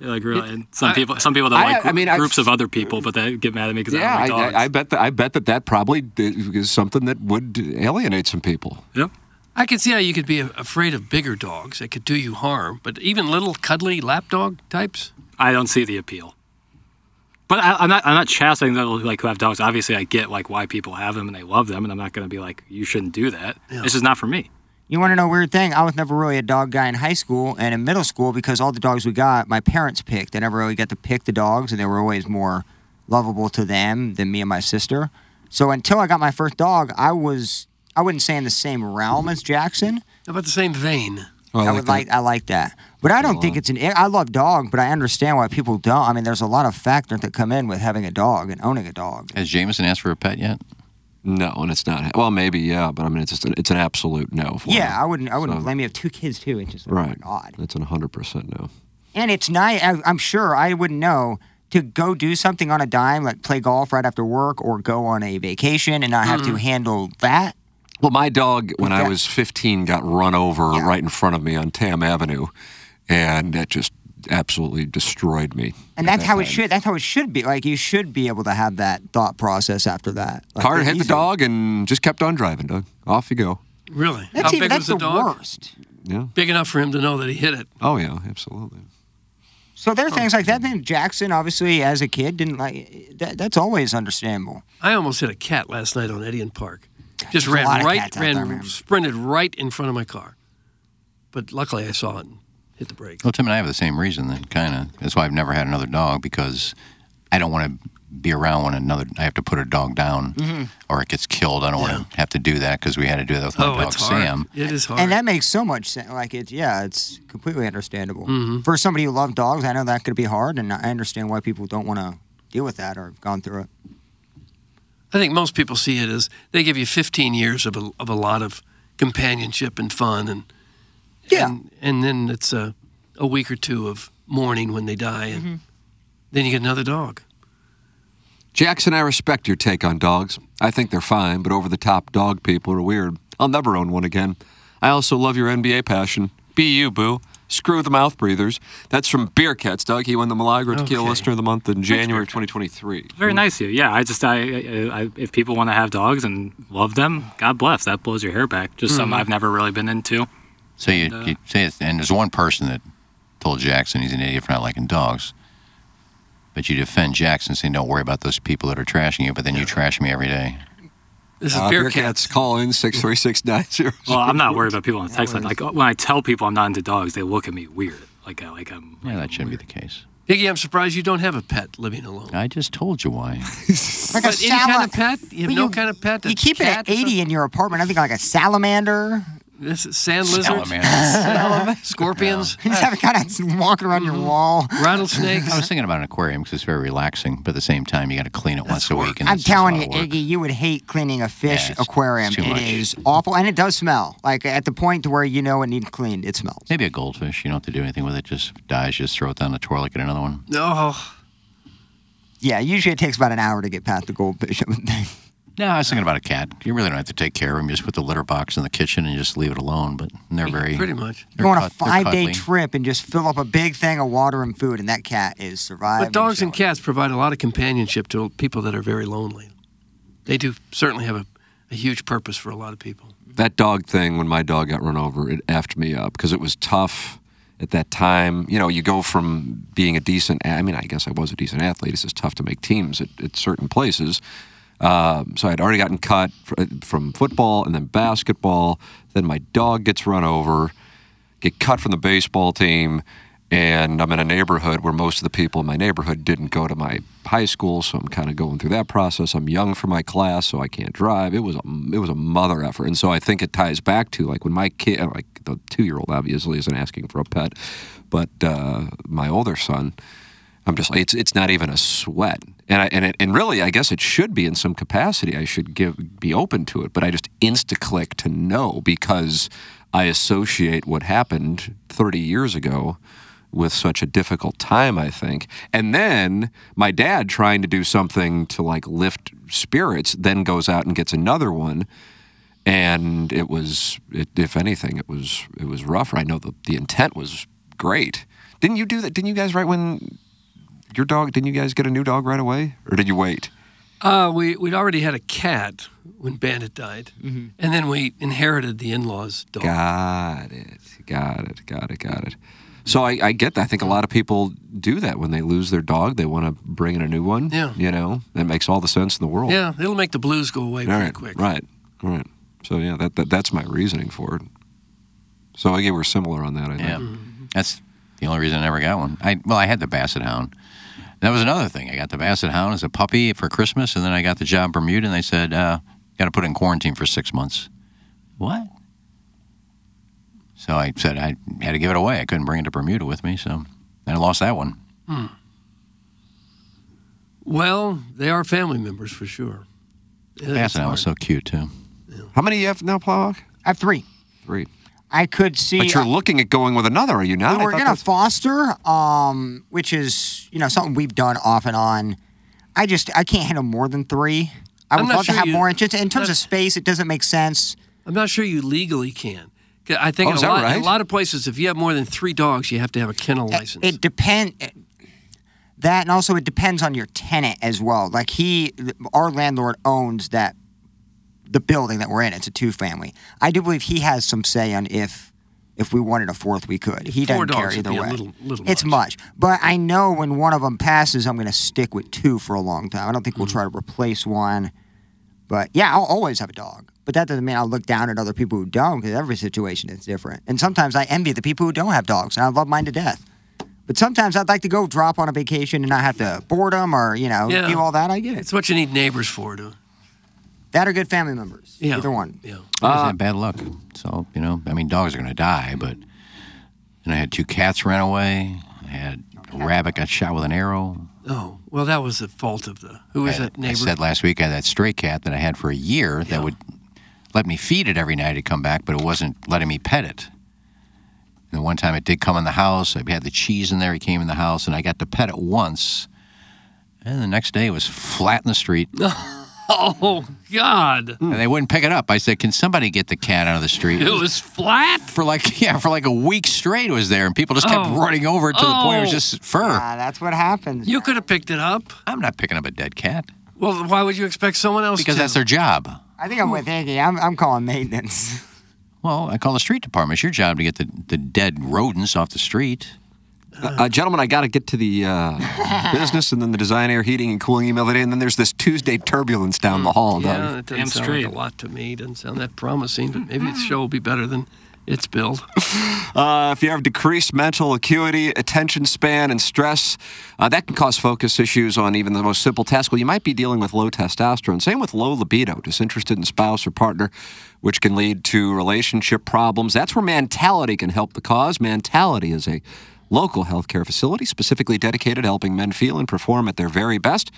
Speaker 7: They're like really, and some people, some people don't
Speaker 3: I-
Speaker 7: like
Speaker 3: I mean, I-
Speaker 7: groups of other people, but they get mad at me because
Speaker 3: Yeah,
Speaker 7: I
Speaker 3: I,
Speaker 7: don't like dogs.
Speaker 3: I, I bet that I bet that that probably is something that would alienate some people.
Speaker 7: yep.
Speaker 8: I could see how you could be a- afraid of bigger dogs that could do you harm, but even little cuddly lap dog types?
Speaker 7: I don't see the appeal. But I, I'm not. I'm not chastising those like who have dogs. Obviously, I get like why people have them and they love them, and I'm not going to be like you shouldn't do that. This is not for me.
Speaker 5: You want to know a weird thing? I was never really a dog guy in high school and in middle school because all the dogs we got, my parents picked. I never really got to pick the dogs, and they were always more lovable to them than me and my sister. So until I got my first dog, I was I wouldn't say in the same realm as Jackson.
Speaker 8: About the same vein.
Speaker 5: I, would like I like that, but I don't think it's an. I love dog, but I understand why people don't. I mean, there's a lot of factors that come in with having a dog and owning a dog.
Speaker 2: Has Jameson asked for a pet yet?
Speaker 3: No, and it's not. Well, maybe yeah, but I mean, it's just an, it's an absolute no. For
Speaker 5: Yeah,
Speaker 3: me.
Speaker 5: I wouldn't. I wouldn't
Speaker 3: So-
Speaker 5: blame you. Have two kids too. It's just oh
Speaker 3: Right. Odd. It's an hundred percent no.
Speaker 5: and it's nice. I, I'm sure I wouldn't know to go do something on a dime, like play golf right after work, or go on a vacation and not have to
Speaker 3: Mhm.
Speaker 5: handle that.
Speaker 3: Well, my dog, when I
Speaker 5: Yeah.
Speaker 3: was 15, got run over right in front of me on Tam Avenue, and that just absolutely destroyed me.
Speaker 5: And
Speaker 3: at
Speaker 5: that's
Speaker 3: that
Speaker 5: how it
Speaker 3: time.
Speaker 5: should. That's how it should be. Like you should be able to have that thought process after that. Like,
Speaker 3: Car
Speaker 5: it's
Speaker 3: hit the
Speaker 5: easy.
Speaker 3: dog and just kept on driving, Doug. Off you go.
Speaker 8: Really?
Speaker 5: That's
Speaker 8: How
Speaker 5: even-
Speaker 8: big
Speaker 5: that's
Speaker 8: was the,
Speaker 5: the
Speaker 8: dog?
Speaker 5: worst.
Speaker 3: Yeah.
Speaker 8: Big enough for him to know that he hit it.
Speaker 3: Oh, yeah, absolutely.
Speaker 5: So there are things like that. Then Jackson, obviously, as a kid, didn't like. That, that's always understandable.
Speaker 8: I almost hit a cat last night on Edian Park. Just
Speaker 5: There's a
Speaker 8: ran
Speaker 5: lot of
Speaker 8: right,
Speaker 5: cats out
Speaker 8: ran,
Speaker 5: there, man.
Speaker 8: sprinted right in front of my car. But luckily, I saw it and hit the brake.
Speaker 2: Well, Tim and I have the same reason then, kind of. That's why I've never had another dog because I don't want to be around when another. I have to put a dog down,
Speaker 3: Mm-hmm.
Speaker 2: or it gets killed. I don't want to have to do that because we had to do that with my
Speaker 8: Oh,
Speaker 2: dog
Speaker 8: it's hard.
Speaker 2: Sam.
Speaker 8: It is hard.
Speaker 5: And that makes so much sense. Like it's yeah, it's completely understandable
Speaker 3: Mm-hmm.
Speaker 5: for somebody who loves dogs. I know that could be hard, and I understand why people don't want to deal with that or have gone through it.
Speaker 8: I think most people see it as they give you 15 years of a, of a lot of companionship and fun, and
Speaker 5: yeah,
Speaker 8: and, and then it's a, a week or two of mourning when they die, and then you get another dog.
Speaker 3: Jackson, I respect your take on dogs. I think they're fine, but over the top dog people are weird. I'll never own one again. I also love your NBA passion. Be you, boo. Screw the mouth breathers. That's from Beer Cats, Doug. He won the Malagra Tequila Listener of the Month in January Uh, 2023.
Speaker 7: Very nice of you. Yeah, I just I, I, I if people want to have dogs and love them, God bless. That blows your hair back. Just
Speaker 8: Mm-hmm.
Speaker 7: something
Speaker 2: Mhm.
Speaker 7: I've never really been into.
Speaker 2: So you,
Speaker 7: And, uh,
Speaker 2: you say it, and there's one person that told Jackson he's an idiot for not liking dogs. But you defend Jackson, saying, "Don't worry about those people that are trashing you." But then you trash me every day.
Speaker 8: This
Speaker 7: is Beer
Speaker 3: Cats. Call in 63690.
Speaker 7: Well, I'm not worried about people on the text line. Like when I tell people I'm not into dogs, they look at me weird. Like I like I'm.
Speaker 2: Yeah, that shouldn't be the case.
Speaker 8: Iggy, I'm surprised you don't have a pet living alone.
Speaker 2: I just told you why.
Speaker 5: Like
Speaker 8: But any kind of pet? You have
Speaker 5: Well,
Speaker 8: no kind of pet?
Speaker 5: You keep it at eighty in your apartment. I think like a salamander. [laughs]
Speaker 8: This is sand lizard,
Speaker 5: Salamanders.
Speaker 8: [laughs] scorpions.
Speaker 5: You just have it kind of walking around your wall.
Speaker 8: Mm-hmm. Rattlesnakes.
Speaker 5: [laughs]
Speaker 2: I was thinking about an aquarium because it's very relaxing, but at the same time, you got to clean it once a week. And
Speaker 5: I'm
Speaker 2: it's just
Speaker 5: telling
Speaker 2: a
Speaker 5: you,
Speaker 2: lot of work.
Speaker 5: Iggy, you would hate cleaning a fish aquarium.
Speaker 2: it's too
Speaker 5: It
Speaker 2: much.
Speaker 5: is awful, and it does smell. Like at the point to where you know it needs cleaned, it smells.
Speaker 2: Maybe a goldfish. You don't have to do anything with it. Just dies. Just throw it down the toilet. Get another one.
Speaker 8: No.
Speaker 5: Yeah, usually it takes about an hour to get past the goldfish. [laughs] I would think.
Speaker 2: No, I was thinking about a cat. You really don't have to take care of them. You just put the litter box in the kitchen and you just leave it alone. But they're very
Speaker 8: pretty much.
Speaker 5: Go on a
Speaker 2: they're
Speaker 5: five-day
Speaker 2: cuddly.
Speaker 5: trip and just fill up a big thing of water and food, and that cat is surviving.
Speaker 8: But dogs and cats provide a lot of companionship to people that are very lonely. They do certainly have a, a huge purpose for a lot of people.
Speaker 3: that dog thing when my dog got run over it effed me up because it was tough at that time you know you go from being a decent i mean i guess i was a decent athlete it's just tough to make teams at, at certain places um, so i'd already gotten cut fr- uh, from football and then basketball then my dog gets run over get cut from the baseball team and i'm in a neighborhood where most of the people in my neighborhood didn't go to my high school so i'm kind of going through that process i'm young for my class so i can't drive it was a, it was a mother effort and so i think it ties back to like when my kid uh, like the two year old obviously isn't asking for a pet but uh, my older son I'm just like it's it's not even a sweat, and I, and it, and really, I guess it should be in some capacity. I should give be open to it, but I just insta click to no because I associate what happened 30 years ago with such a difficult time. I think, and then my dad trying to do something to like lift spirits, then goes out and gets another one, and it was it, if anything, it was it was rougher. I know the the intent was great. Didn't you do that? Didn't you guys write when your dog didn't you guys get a new dog right away or did you wait
Speaker 8: Uh, we, we'd already had a cat when Bandit died, and then we inherited the in law's dog.
Speaker 3: got it got it got it got it So I, I get that. I think a lot of people do that when they lose their dog. They want to bring in a new one.
Speaker 8: Yeah.
Speaker 3: You know, that makes all the sense in the world.
Speaker 8: Yeah, it'll make the blues go away pretty
Speaker 3: right,
Speaker 8: quick.
Speaker 3: Right, right. So yeah, that, that that's my reasoning for it. So I get we're similar on that. I
Speaker 2: Yeah,
Speaker 3: think.
Speaker 8: Mm,
Speaker 2: that's the only reason I never got one. I well, I had the Basset Hound. That was another thing. I got the Basset Hound as a puppy for Christmas, and then I got the job in Bermuda, and they said uh, got to put it in quarantine for six months. What? So I said I had to give it away. I couldn't bring it to Bermuda with me, so and I lost that one.
Speaker 8: Hmm. Well, they are family members for sure.
Speaker 2: The Basset Hound was so cute too.
Speaker 3: How many you have now, Plowhawk?
Speaker 5: I have three.
Speaker 3: Three.
Speaker 5: I could see.
Speaker 3: But you're looking at going with another, are you not? I
Speaker 5: We uh, were
Speaker 3: thought
Speaker 5: gonna
Speaker 3: that's-
Speaker 5: foster, um, which is you know something we've done off and on. I just I can't handle more than three. I
Speaker 8: I'm
Speaker 5: would
Speaker 8: not
Speaker 5: love
Speaker 8: sure
Speaker 5: to have
Speaker 8: you-
Speaker 5: more. Just in terms
Speaker 8: not-
Speaker 5: of space, it doesn't make sense.
Speaker 8: I'm not sure you legally can. 'Cause I
Speaker 5: Oh,
Speaker 8: think
Speaker 5: is
Speaker 8: in, a
Speaker 5: that
Speaker 8: lot, in
Speaker 5: right?
Speaker 8: a lot of places, if you have more than three dogs, you have to have a kennel license.
Speaker 5: Eh, It depend that, and also it depends on your tenant as well. Like he, our landlord owns that the building that we're in. It's a two family. I do believe he has some say on if if we wanted a fourth, we could. He
Speaker 8: Four
Speaker 5: doesn't
Speaker 8: dogs
Speaker 5: care
Speaker 8: would
Speaker 5: either
Speaker 8: be a
Speaker 5: way.
Speaker 8: little- little
Speaker 5: it's much. but I know when one of them passes, I'm going to stick with two for a long time. I don't think we'll
Speaker 8: Mm-hmm.
Speaker 5: try to replace one. But yeah, I'll always have a dog. But that doesn't mean I'll look down at other people who don't, because every situation is different. And sometimes I envy the people who don't have dogs, and I love mine to death. But sometimes I'd like to go drop on a vacation and not have to board them or, you know,
Speaker 8: Yeah.
Speaker 5: do all that. I get it.
Speaker 8: It's what you need neighbors for, to.
Speaker 5: That are good family members.
Speaker 8: Yeah.
Speaker 5: Either one.
Speaker 8: Yeah.
Speaker 2: I just had bad luck. So, you know, I mean, dogs are going to die, but. And I had two cats ran away. I had a rabbit got shot with an arrow.
Speaker 8: Oh, well, that was the fault of the. Who was
Speaker 2: I,
Speaker 8: that
Speaker 2: I
Speaker 8: neighbor?
Speaker 2: said last week I had that stray cat that I had for a year that would let me feed it every night to come back, but it wasn't letting me pet it. And the one time it did come in the house, I had the cheese in there. He came in the house, and I got to pet it once. And the next day it was flat in the street.
Speaker 8: [laughs] oh, God.
Speaker 2: And they wouldn't pick it up. I said, "Can somebody get the cat out of the
Speaker 8: [laughs]
Speaker 2: street?"
Speaker 8: It was flat.
Speaker 2: for like [laughs] yeah, for like a week straight. It was there, and people just kept
Speaker 8: Oh.
Speaker 2: running over it to the point it was
Speaker 8: Oh.
Speaker 2: just fur.
Speaker 5: Ah, that's what happens.
Speaker 8: You could have picked it up.
Speaker 2: I'm not picking up a dead cat
Speaker 8: Well, why would you expect someone else
Speaker 2: because
Speaker 8: to?
Speaker 2: that's their job.
Speaker 5: I think I'm with Iggy. I'm, I'm calling maintenance.
Speaker 2: Well, I call the street department. It's your job to get the, the dead rodents off the street.
Speaker 3: Uh, gentlemen, I got to get to the uh, business and then the design, air, heating, and cooling email today, and then there's this Tuesday turbulence down the hall.
Speaker 8: yeah,
Speaker 3: Doug.
Speaker 8: it doesn't sound like a lot to me. It doesn't sound that promising, but maybe the show will be better than it's billed.
Speaker 3: Uh, if you have decreased mental acuity, attention span, and stress, uh, that can cause focus issues on even the most simple tasks. Well, you might be dealing with low testosterone. Same with low libido, disinterested in spouse or partner, which can lead to relationship problems. That's where Mentality can help the cause. Mentality is a local healthcare facility specifically dedicated to helping men feel and perform at their very best.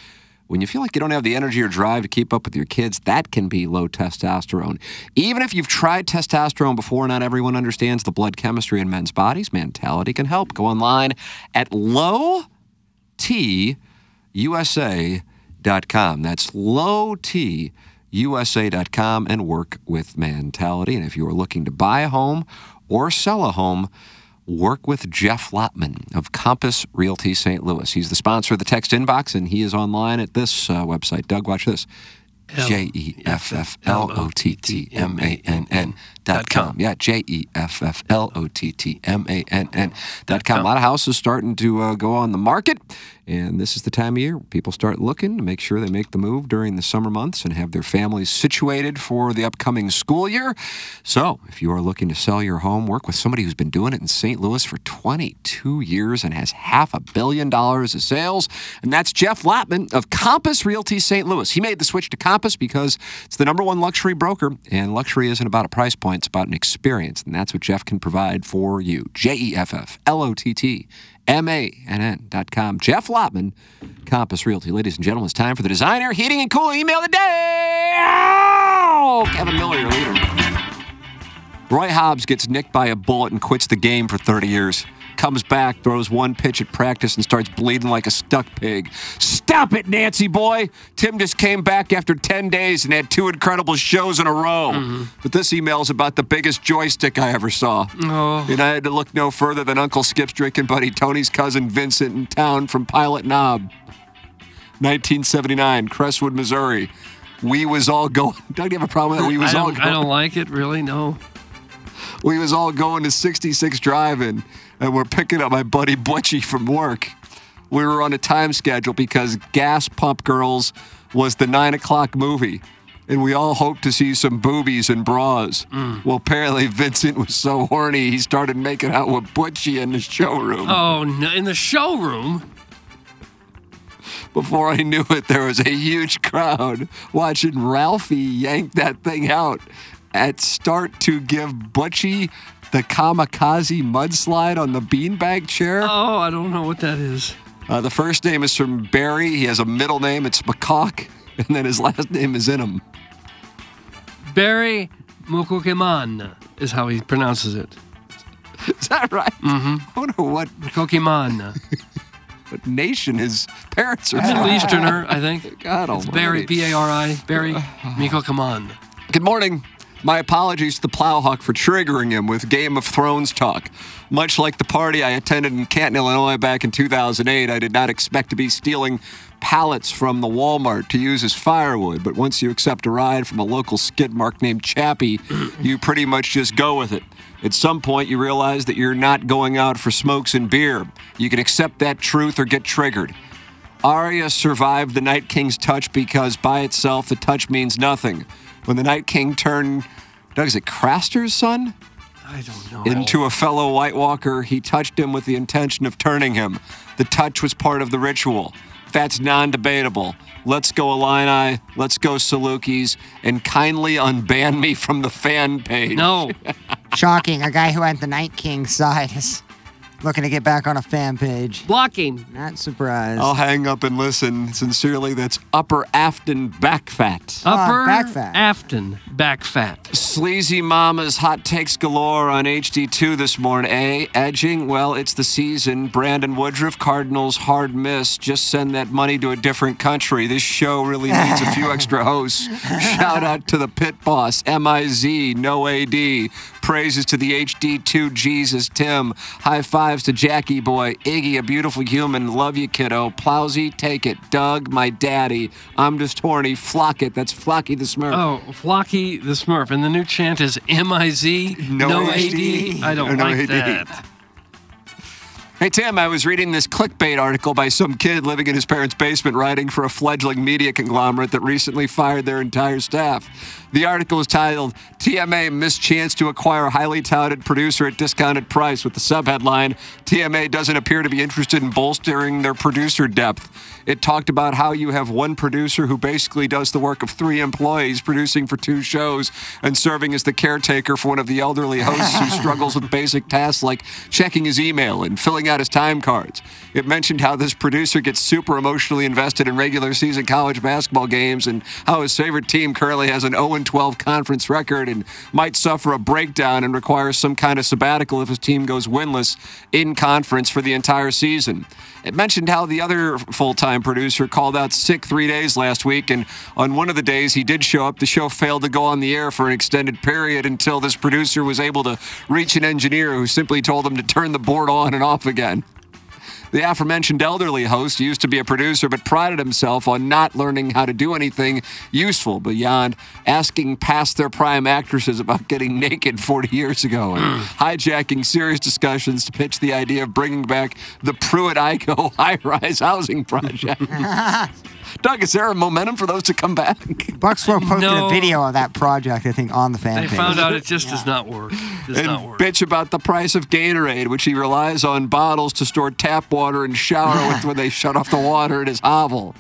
Speaker 3: When you feel like you don't have the energy or drive to keep up with your kids, that can be low testosterone. Even if you've tried testosterone before, not everyone understands the blood chemistry in men's bodies. Mentality can help. Go online at lowtusa.com. That's lowtusa.com and work with Mentality. And if you are looking to buy a home or sell a home, work with Jeff Lotman of Compass Realty St. Louis. He's the sponsor of the text inbox, and he is online at this uh, website. Doug, watch this. J E F F L O T T M A N N dot com. Yeah, J E F F L O T T M A N N dot com. A lot of houses starting to uh, go on the market, and this is the time of year where people start looking to make sure they make the move during the summer months and have their families situated for the upcoming school year. So, if you are looking to sell your home, work with somebody who's been doing it in St. Louis for 22 years and has half a billion dollars of sales. And that's Jeff Latman of Compass Realty St. Louis. He made the switch to Compass because it's the number one luxury broker, and luxury isn't about a price point, it's about an experience. And that's what Jeff can provide for you. J E F F L O T T M A N N dot com. Jeff Lotman, Compass Realty. Ladies and gentlemen, it's time for the designer, heating, and cooling email of the day. Oh, Kevin Miller, your leader. Roy Hobbs gets nicked by a bullet and quits the game for 30 years. Comes back, throws one pitch at practice, and starts bleeding like a stuck pig. Stop it, Nancy boy! Tim just came back after 10 days and had two incredible shows in a row.
Speaker 8: Mm-hmm.
Speaker 3: But this email is about the biggest joystick I ever saw.
Speaker 8: Oh.
Speaker 3: And I had to look no further than Uncle Skip's drinking buddy Tony's cousin Vincent in town from Pilot Knob. 1979, Crestwood, Missouri. [laughs] We was all going. Doug, do you have a problem with that? We was
Speaker 8: I
Speaker 3: all
Speaker 8: don't,
Speaker 3: going.
Speaker 8: I don't like it, really. No.
Speaker 3: we was all going to 66 driving, and we're picking up my buddy Butchie from work. We were on a time schedule because Gas Pump Girls was the nine o'clock movie, and we all hoped to see some boobies and bras.
Speaker 8: Mm.
Speaker 3: Well, apparently Vincent was so horny he started making out with Butchie in the showroom.
Speaker 8: Oh, no, in the showroom.
Speaker 3: Before I knew it, there was a huge crowd watching Ralphie yank that thing out at start to give Butchie the kamikaze mudslide on the beanbag chair.
Speaker 8: Oh, I don't know what that is.
Speaker 3: Uh, the first name is from Barry. He has a middle name. It's McCock. [laughs] And then his last name is Inham.
Speaker 8: Barry Mukukiman is how he pronounces it.
Speaker 3: [laughs] Is that right?
Speaker 8: Mm-hmm.
Speaker 3: I wonder what
Speaker 2: [laughs]
Speaker 8: Mukukiman.
Speaker 3: what nation his parents are from.
Speaker 8: Middle Easterner, I think.
Speaker 3: God
Speaker 8: it's Barry,
Speaker 3: almighty.
Speaker 8: B A R I,
Speaker 2: [sighs]
Speaker 8: Barry Mukukiman.
Speaker 3: Good morning. My apologies to the Plowhawk for triggering him with Game of Thrones talk. Much like the party I attended in Canton, Illinois back in 2008, I did not expect to be stealing pallets from the Walmart to use as firewood, but once you accept a ride from a local skidmark named Chappie, you pretty much just go with it. At some point, you realize that you're not going out for smokes and beer. You can accept that truth or get triggered. Arya survived the Night King's touch because by itself the touch means nothing. When the Night King turned, Doug, is it Craster's son?
Speaker 8: I don't know.
Speaker 3: Into a fellow White Walker, he touched him with the intention of turning him. The touch was part of the ritual. That's non debatable. Let's go Illini, let's go Salukis, and kindly unban me from the fan page.
Speaker 8: No.
Speaker 5: Shocking. A guy who had the Night King side is looking to get back on a fan page.
Speaker 8: Blocking. Oh.
Speaker 5: Not surprised.
Speaker 3: I'll hang up and listen. Sincerely, that's Upper Afton Backfat.
Speaker 2: Ah,
Speaker 8: Upper
Speaker 5: back fat.
Speaker 8: Afton, back fat.
Speaker 3: Sleazy Mama's Hot Takes Galore on HD2 this morning. A, edging, well, it's the season. Brandon Woodruff, Cardinals, hard miss. Just send that money to a different country. This show really needs a few extra hosts. Shout out to the pit boss, M-I-Z, no AD. Praises to the HD2 Jesus Tim. High fives to Jackie Boy, Iggy, a beautiful human. Love you, kiddo. Plowsy, take it. Doug, my daddy. I'm just horny. Flock it. That's Flocky the Smurf.
Speaker 8: Oh, Flocky the Smurf. And the new chant is M I Z,
Speaker 3: No
Speaker 8: AD.
Speaker 3: AD.
Speaker 8: I don't
Speaker 3: No
Speaker 8: like
Speaker 3: AD.
Speaker 8: that.
Speaker 3: Hey, Tim, I was reading this clickbait article by some kid living in his parents' basement writing for a fledgling media conglomerate that recently fired their entire staff. The article is titled TMA Missed Chance to Acquire Highly Touted Producer at Discounted Price, with the subheadline TMA Doesn't Appear to Be Interested in Bolstering Their Producer Depth. It talked about how you have one producer who basically does the work of three employees, producing for two shows and serving as the caretaker for one of the elderly hosts who struggles with basic tasks like checking his email and filling out his time cards. It mentioned how this producer gets super emotionally invested in regular season college basketball games and how his favorite team currently has an 0 12 conference record and might suffer a breakdown and require some kind of sabbatical if his team goes winless in conference for the entire season. It mentioned how the other full time producer called out sick three days last week, and on one of the days he did show up, the show failed to go on the air for an extended period until this producer was able to reach an engineer who simply told him to turn the board on and off again. The aforementioned elderly host used to be a producer, but prided himself on not learning how to do anything useful beyond asking past their prime actresses about getting [laughs] naked 40 years ago and hijacking serious discussions to pitch the idea of bringing back the Pruitt Ico [laughs] high rise housing project. Doug, is there a momentum for those to come back?
Speaker 5: Buckslow posted
Speaker 8: No.
Speaker 5: a video of that project, I think, on the fan
Speaker 8: They
Speaker 5: page.
Speaker 8: found out it just does not work. Does
Speaker 3: and
Speaker 8: not work.
Speaker 3: bitch about the price of Gatorade, which he relies on bottles to store tap water and shower with when they shut off the water in his hovel.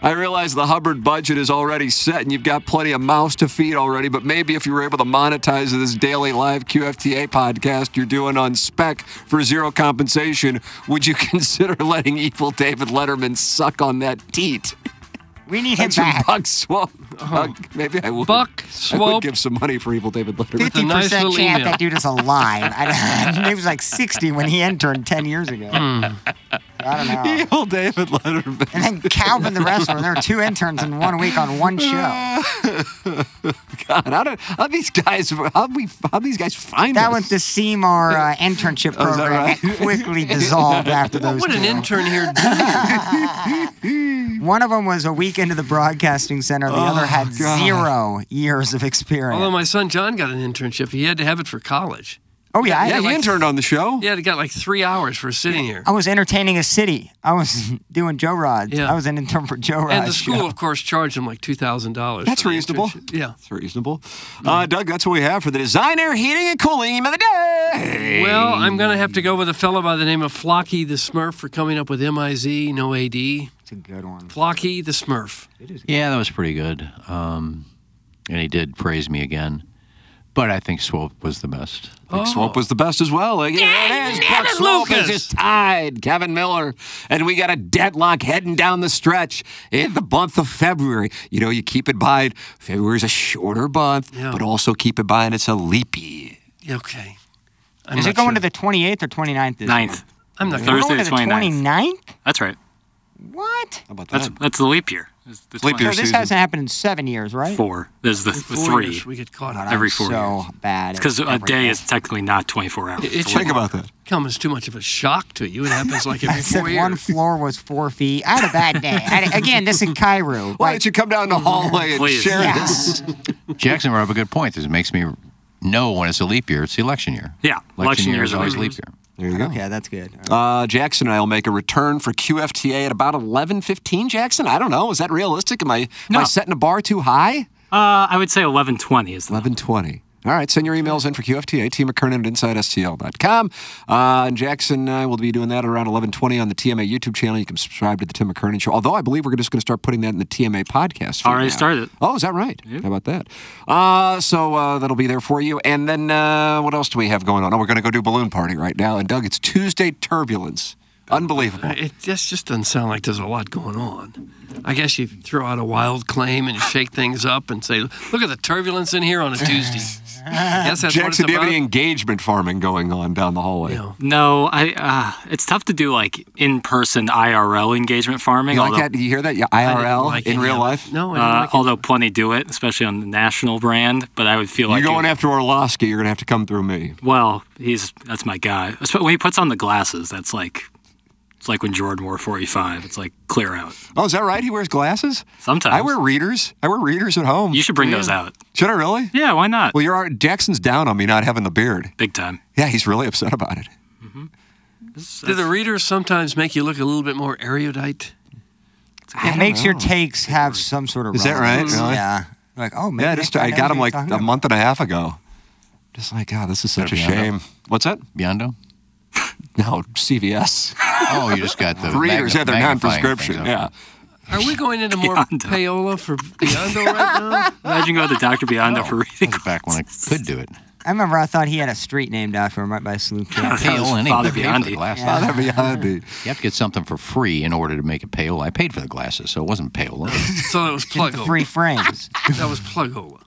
Speaker 3: I realize the Hubbard budget is already set and you've got plenty of mouths to feed already, but maybe if you were able to monetize this daily live QFTA podcast you're doing on spec for zero compensation, would you [laughs] consider letting evil David Letterman suck on that teat?
Speaker 5: We need him
Speaker 3: That's from
Speaker 5: back.
Speaker 3: Buck Swamp. Buck- maybe I would.
Speaker 8: Buck
Speaker 3: I
Speaker 8: Swamp.
Speaker 3: would give some money for evil David Letterman.
Speaker 8: With a
Speaker 5: Fifty
Speaker 8: nice
Speaker 5: percent
Speaker 8: little
Speaker 5: chance
Speaker 8: email.
Speaker 5: that dude is alive. I don't, [laughs] he was like sixty when he interned ten years ago.
Speaker 8: Hmm.
Speaker 5: I don't know.
Speaker 3: Evil David Letterman.
Speaker 5: And then Calvin the wrestler. There were two interns in one week on one show.
Speaker 3: God, how do how these guys how we how these guys find
Speaker 5: That
Speaker 3: us?
Speaker 5: was
Speaker 8: [laughs]
Speaker 5: the Seymour uh, internship
Speaker 3: Oh, is that
Speaker 5: program
Speaker 3: right?
Speaker 5: that quickly dissolved after those.
Speaker 8: What an
Speaker 5: two.
Speaker 8: intern
Speaker 5: [laughs]
Speaker 8: here did.
Speaker 5: One of them was a week into the broadcasting center. The
Speaker 8: Oh,
Speaker 5: other had zero years of experience.
Speaker 8: Although my son John got an internship, he had to have it for college.
Speaker 5: Oh yeah, I-
Speaker 3: yeah. He interned on the show.
Speaker 8: Yeah, they got like three hours for sitting here.
Speaker 5: I was entertaining a city. I was [laughs] doing Joe Rods. I was an intern for Joe Rods.
Speaker 8: And the school, of course, charged them like two thousand dollars.
Speaker 3: That's reasonable.
Speaker 8: Yeah.
Speaker 3: It's reasonable. Uh, Doug, that's what we have for the designer heating and cooling of the day.
Speaker 8: Well, I'm gonna have to go with a fellow by the name of Flocky the Smurf for coming up with M I Z, no A D. It's
Speaker 5: a good one.
Speaker 8: Flocky the Smurf.
Speaker 2: Yeah, that was pretty good. Um, and he did praise me again. But I think Swope was the best.
Speaker 3: I think Swope was the best as well. Like, it is. Buck Swope is just tied. Kevin Miller. And we got a deadlock heading down the stretch in the month of February. You know, you keep it by February's a shorter month,
Speaker 8: Yeah.
Speaker 3: but also keep it by and it's a leap year.
Speaker 8: Yeah, Okay.
Speaker 3: I'm
Speaker 5: Is
Speaker 3: not
Speaker 5: it going
Speaker 3: sure.
Speaker 5: to the 28th or 29th? This
Speaker 7: Ninth.
Speaker 8: I'm
Speaker 5: not
Speaker 7: Thursday,
Speaker 5: going to the
Speaker 7: the 29th.
Speaker 5: 29th.
Speaker 7: That's right.
Speaker 5: What? How
Speaker 3: about
Speaker 7: That's that's the leap year. It's the
Speaker 5: So
Speaker 7: 20th.
Speaker 5: this hasn't happened in seven years, right?
Speaker 7: Four. There's the, the
Speaker 5: four
Speaker 7: three.
Speaker 5: years we get caught. God,
Speaker 7: every
Speaker 5: I'm
Speaker 7: four
Speaker 5: so
Speaker 7: years.
Speaker 5: bad
Speaker 7: Because
Speaker 5: at
Speaker 7: a
Speaker 5: everything.
Speaker 7: day is technically not 24 hours.
Speaker 8: It, it
Speaker 7: It's a
Speaker 8: should
Speaker 7: little more.
Speaker 8: Come as too much of a shock to you. It happens like
Speaker 5: I
Speaker 8: every
Speaker 5: said
Speaker 8: four years.
Speaker 5: one floor was four feet. I had a bad day. I had- again, this in
Speaker 7: [laughs]
Speaker 5: Cairo.
Speaker 3: Why don't you come down the hallway and
Speaker 2: Please.
Speaker 3: share
Speaker 5: Yeah.
Speaker 3: this?
Speaker 2: Jackson brought up a good point. This makes me know when it's a leap year. It's the election year.
Speaker 3: Yeah, election
Speaker 2: year
Speaker 3: years
Speaker 2: is
Speaker 3: are
Speaker 2: always leap
Speaker 3: leap years.
Speaker 2: year.
Speaker 3: There you go.
Speaker 5: Yeah, that's good.
Speaker 3: Uh, Jackson and I will make a return for QFTA at about 11:15. Jackson, I don't know. Is that realistic? Am I, am I setting a bar too high?
Speaker 7: Uh, I would say 1120 is
Speaker 3: 11:20. All right, send your emails in for QFTA, Team McKernan at InsideSTL.com. Uh, and Jackson and I will be doing that around 11:20 on the TMA YouTube channel. You can subscribe to the Tim McKernan Show. Although I believe we're just going to start putting that in the TMA podcast. feed
Speaker 7: Already
Speaker 3: now.
Speaker 7: started.
Speaker 3: Oh, is that right? How about that? Uh, so uh, that'll be there for you. And then uh, what else do we have going on? Oh, we're going to go do balloon party right now. And Doug, it's Tuesday turbulence. Unbelievable.
Speaker 8: It just just doesn't sound like there's a lot going on. I guess you throw out a wild claim and shake things up and say, "Look at the turbulence in here on a Tuesday." Yes, that's what it's
Speaker 3: Jackson, do you have
Speaker 8: about.
Speaker 3: any engagement farming going on down the hallway?
Speaker 7: No, I. Uh, it's tough to do like in-person IRL engagement farming.
Speaker 3: You like
Speaker 7: although-
Speaker 3: that? You hear that? Yeah, IRL in real life?
Speaker 8: No,
Speaker 7: Uh, although plenty do it, especially on the national brand. But I would feel like
Speaker 3: You're
Speaker 7: it-
Speaker 3: going after Orlowski. You're going to have to come through me.
Speaker 7: well, he's that's my guy. Espe- When he puts on the glasses, that's like it's like when Jordan wore 45. It's like clear out.
Speaker 3: Oh, is that right? He wears glasses?
Speaker 7: Sometimes.
Speaker 3: I wear readers. I wear readers at home.
Speaker 7: You should bring those out.
Speaker 3: Should I really?
Speaker 7: Yeah, why not?
Speaker 3: Well, you're already- Jackson's down on me not having the beard.
Speaker 7: Big time.
Speaker 3: Yeah, he's really upset about it.
Speaker 8: Do the readers sometimes make you look a little bit more erudite?
Speaker 5: It makes your takes have some sort of.
Speaker 3: Is that right?
Speaker 5: relevance.
Speaker 3: Really?
Speaker 5: Yeah. Like, oh, maybe
Speaker 3: yeah, I
Speaker 5: this
Speaker 3: just
Speaker 5: guy
Speaker 3: I
Speaker 5: knows
Speaker 3: got
Speaker 5: what
Speaker 3: him
Speaker 5: he's
Speaker 3: like
Speaker 5: talking
Speaker 3: a
Speaker 5: about.
Speaker 3: month and a half ago. Just like, God, this is such a
Speaker 2: Beyondo?
Speaker 3: shame. What's that?
Speaker 2: Biondo?
Speaker 3: No, CVS.
Speaker 2: Oh, you just got the
Speaker 3: readers.
Speaker 2: magni-
Speaker 3: yeah, they're
Speaker 2: magnifying
Speaker 3: non-prescription.
Speaker 2: things,
Speaker 3: Yeah.
Speaker 2: okay.
Speaker 8: Are we going into more payola for Biondo right now?
Speaker 7: [laughs] Imagine going to Doctor Beyond for reading.
Speaker 2: Oh, Back when I could do it.
Speaker 5: I remember I thought he had a street named after him right
Speaker 8: [laughs]
Speaker 5: by Sloop.
Speaker 2: Payola anyway.
Speaker 7: Father
Speaker 2: I paid for
Speaker 7: Biondi.
Speaker 2: the glasses.
Speaker 3: Father Biondi.
Speaker 2: You have to get something for free in order to make it payola. I paid for the glasses, so it wasn't payola.
Speaker 8: So that was plugola.
Speaker 5: Three frames.
Speaker 8: [laughs] That was plugola.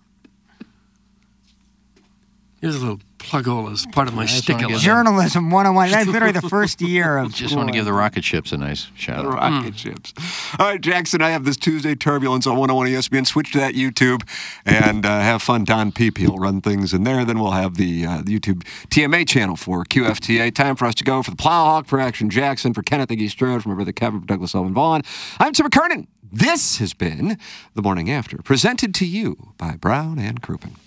Speaker 8: Here's a little plugola as part of my
Speaker 2: just wanna
Speaker 8: shtickula.
Speaker 2: get-
Speaker 5: Journalism 101. That's
Speaker 8: [laughs]
Speaker 5: literally the first year of.
Speaker 2: Just want to
Speaker 5: school.
Speaker 2: give the rocket ships a nice shout
Speaker 3: The
Speaker 2: out.
Speaker 3: rocket ships. All right, Jackson, I have this Tuesday turbulence on 101 ESPN. Switch to that YouTube and uh, have fun. Don Peepy will run things in there. Then we'll have the, uh, the YouTube TMA channel for QFTA. Time for us to go for the Plowhawk, for Action Jackson, for Kenneth Iggy Strode, for my brother Kevin, for Douglas Elvin Vaughn. I'm Tim McKernan. This has been The Morning After, presented to you by Brown and Crouppen.